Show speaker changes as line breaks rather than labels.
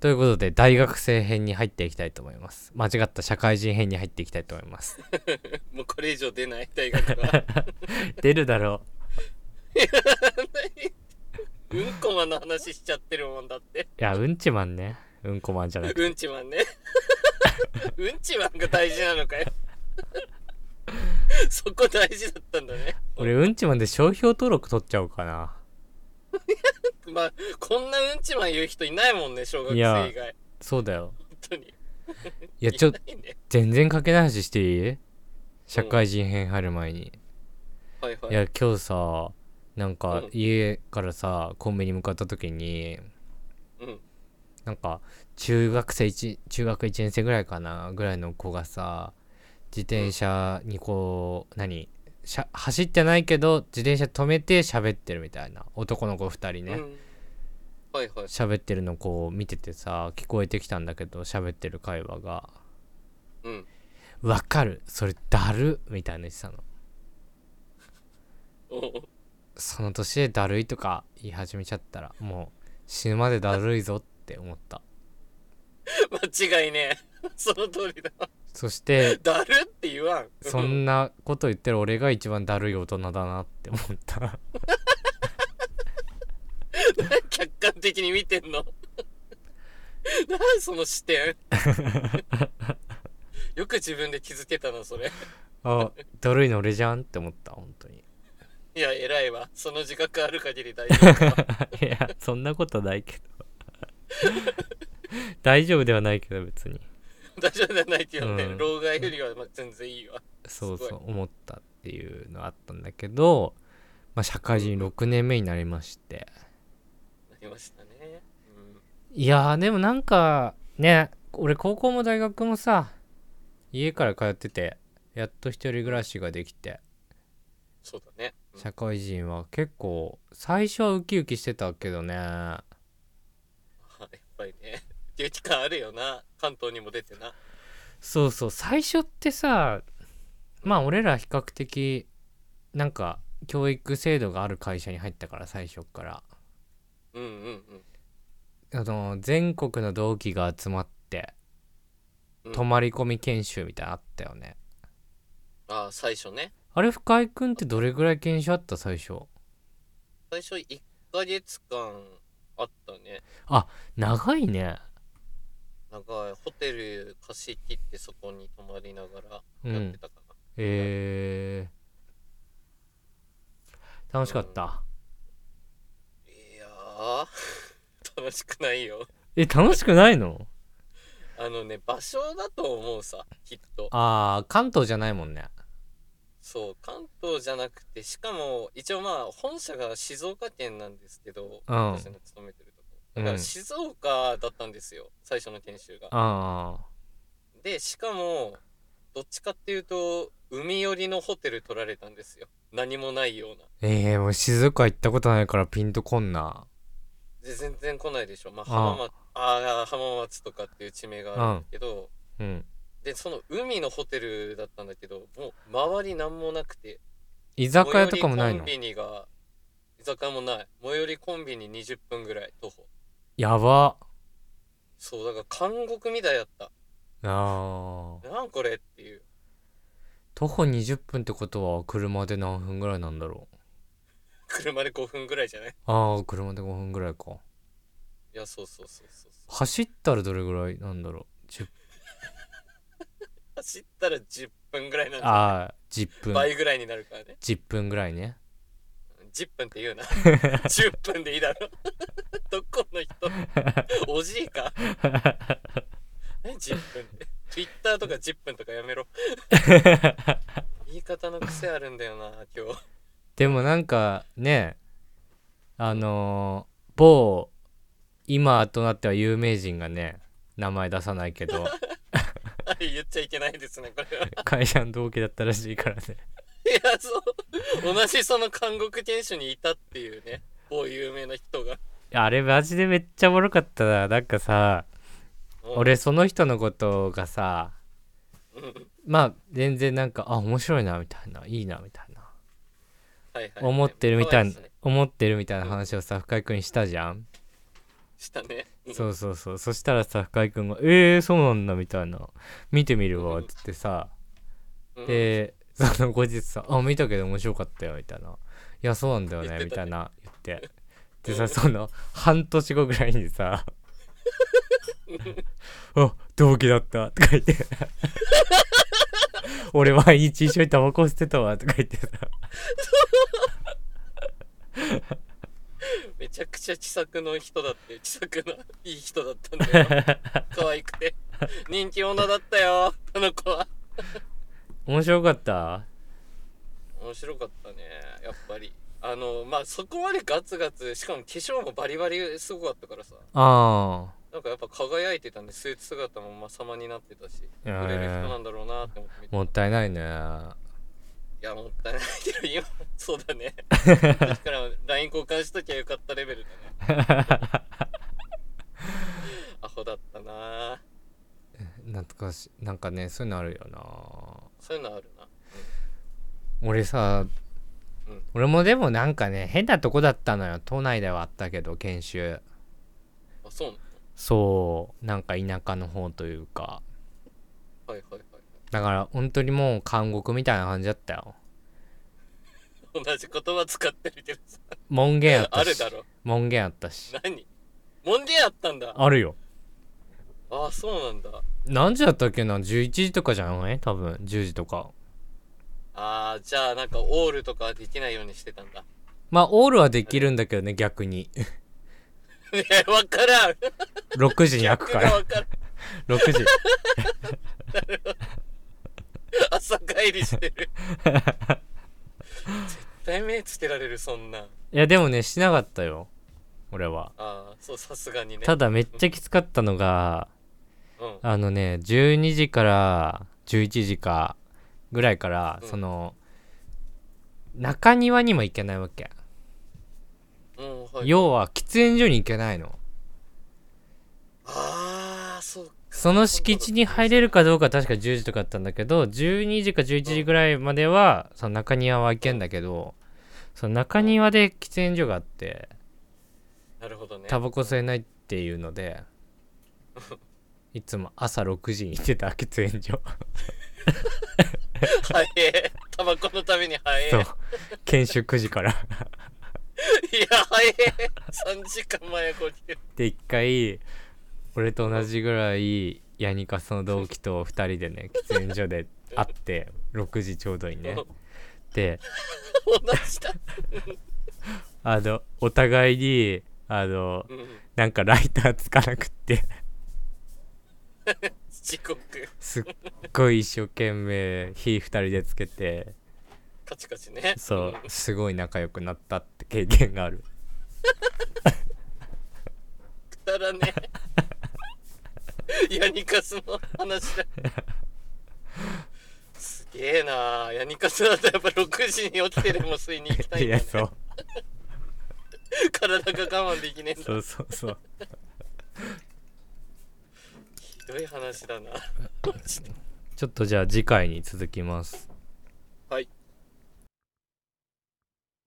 ということで大学生編に入っていきたいと思います間違った社会人編に入っていきたいと思います
もうこれ以上出ない大学は
出るだろ
うんこマンの話しちゃってるもんだって
ういやうんちマンねうんこマンじゃなくて
うんちマンね うんちマンが大事な のかよそこ大事だったんだね
俺うんちマンで商標登録取っちゃおうかな
まあこんなうんちマン言う人いないもんね小学生以外
い
本
そうだよ
当に
いやちょっ
い
と
ないね
全然かけない話していい社会人編入る前に、
はいはい
いや今日さなんか
うん
家からさコンビニ向かった時に
うん
なんか中学生一中学1年生ぐらいかなぐらいの子がさ自転車にこう何しゃ走ってないけど自転車止めて喋ってるみたいな男の子2人
う
ね
んはいはい
喋ってるのこう見ててさ聞こえてきたんだけど喋ってる会話が
うん
「わかるそれだる」みたいな言ってたの
おう
その年でだるいとか言い始めちゃったらもう死ぬまでだるいぞって思った
間違いねえ その通りだ
そして
だるって言わん
そんなこと言ってる俺が一番だるい大人だなって思った
客観的に見てんの 何その 視点よく自分で気づけたなそれ
あだるいの俺じゃんって思った本当 に
いや偉いわその自覚ある限り大丈 夫
いやそんなことないけど 大丈夫ではないけど別に
大丈夫じゃないけどね、
うん
老害よりはまあ全然いいわ
そうそ
すご
う思ったっていうのあったんだけど、まあ、社会人6年目になりまして
なりましたね、うん、
いやーでもなんかね俺高校も大学もさ家から通っててやっと一人暮らしができて
そうだね、うん
社会人は結構最初はウキウキしてたけどねあ
やっぱりねっていう期間あるよな関東にも出てな
そうそう最初ってさまあ俺ら比較的なんか教育制度がある会社に入ったから最初っから
うんうんうん
あの全国の同期が集まって
うん
泊まり込み研修みたいなのあったよね、
ああ最初ね
あれ深井君ってどれぐらい研修あった最初
最初1ヶ月間あったね
長いね
長いホテル貸し切ってそこに泊まりながらやってたかな、
えー、楽しかった、
いやー楽しくないよ
え楽しくないの
あのね場所だと思うさきっと
ああ関東じゃないもんね
そう関東じゃなくてしかも一応まあ本社が静岡県なんですけど、
うん
私の勤めてるとこだか
うん
ら静岡だったんですよ最初の研修が
あ
でしかもどっちかっていうと海寄りのホテル取られたんですよ何もないような
ーえー、もう静岡行ったことないからピンとこんな
で全然来ないでしょまあ
ああ
浜松ああ浜松とかっていう地名があるんだけど、
うん
でその海のホテルだったんだけどもう周り何もなくて
居酒屋とかもないの
最寄りコンビニが居酒屋もない最寄りコンビニ20分ぐらい徒歩
やば
そうだから監獄みたいだった
あー
なんこれっていう
徒歩20分ってことは車で何分ぐらいなんだろう
車で5分ぐらいじゃない
ああ車で5分ぐらいか
いやそうそうそうそうそう
走ったらどれぐらいなんだろう10
走ったら10分ぐらいなんだ
ああ10分
倍ぐらいになるからね
10分ぐらいね
10分って言 うな10分でいいだろ どこの人 おじいか何10分って Twitter とか10分とか やめろ言い方の癖あるんだよな今日
でもなんかねあのー某今となっては有名人がね名前出さないけど
あ 言っちゃいけないですねこれは
会社の同期だったらしいからね
いやそう同じその監獄店主にいたっていうね某有名な人が
いやあれマジでめっちゃおもろかったななんかさ俺その人のことがさ
うんうん
まあ全然なんかあ面白いなみたいないいなみたいな
はいはい
思ってるみたい
な
な思ってるみたいな話をさ深井君にしたじゃん
したね。
そうそうそうそしたらさ深井君が「えー、そうなんだ」みたいな「見てみるわ」っつってさ
うん、
でその後日さ「あ見たけど面白かったよ」みたいな「いやそうなんだよね」
言っ
み
てた
たいな言ってでさその半年後ぐらいにさ「あ同期だった」とか言って「俺毎日一緒にタバコ吸ってたわ」とか言ってさ
めちゃくちゃ気さくの人 だって、気さくないい人だったんだよ。可 愛くて。人気者だったよ、あの子は。
「面白かった
面白かったね、やっぱり。あの、まあ、そこまでガツガツ、しかも化粧もバリバリすごかったからさ。
あ
なんかやっぱ輝いてたんで、スーツ姿もま様になってたし、
へ
売
ー
れる人なんだろうなって思って見
ー
て
もったいないね
いや、もったいないけど、 今、そうだね。だから LINE 交換しときゃよかったレベルだ ね。アホだったなぁ
なんとかしなんかねそういうのあるよな
そういうのあるな。
俺さ、
うん
俺もでもなんかね変なとこだったのよ都内ではあったけど研修
あ、そうな
そうなんか田舎の方というか
のはいはい
だから本当にもう監獄みたいな感じだったよ
はい。同じ言葉使ってるけどさ。
門限あった
あ
し
るだろ。
門限あったし
何もんでやったんだ。あ
あるよ
あ、そうなんだ。
何時だったっけな11時とかじゃない多分10時とか
ああ、じゃあなんかオールとかはできないようにしてたんだ。
まあオールはできるんだけどね逆に
ねえ、わからん。
6時に開くか
が
ら
わからん。
6時
朝帰りしてる。絶対目つけられる、そんなん。
いやでもねしなかったよ俺は
ああ、そう、さすがにね。
ただめっちゃきつかったのが
うん。
あのね12時から11時かぐらいから、
うん
その中庭にも行けないわけ、
うん、はい。
要は喫煙所に行けないの
ああ、そう。
その敷地に入れるかどうかは確か10時とかだったんだけど12時か11時ぐらいまではその中庭は行けんだけどその中庭で喫煙所があって
なるほどね。
タバコ吸えないっていうのでいつも朝6時に行ってた喫煙所
早え。タバコのために早え。
そう研修9時から
いや、早え。3時間前こに。
で一回俺と同じぐらいヤニカスの同期と2人でね喫煙所で会って6時ちょうどにね
うん
で
同じだ。
あのお互いにあの
うん。
なんかライターつかなくって
時刻。
すっごい一生懸命火2人でつけて
カチカチね。
そうすごい仲良くなったって経験がある
くだらねえヤニカスの話だすげえなあヤニカスだとやっぱ6時に起きてでも吸いに行きたい
い
んだ
や
ね
そう
体が我慢できねえんだ
そうそうそう
ひどい話だな
ちょっとじゃあ次回に続きます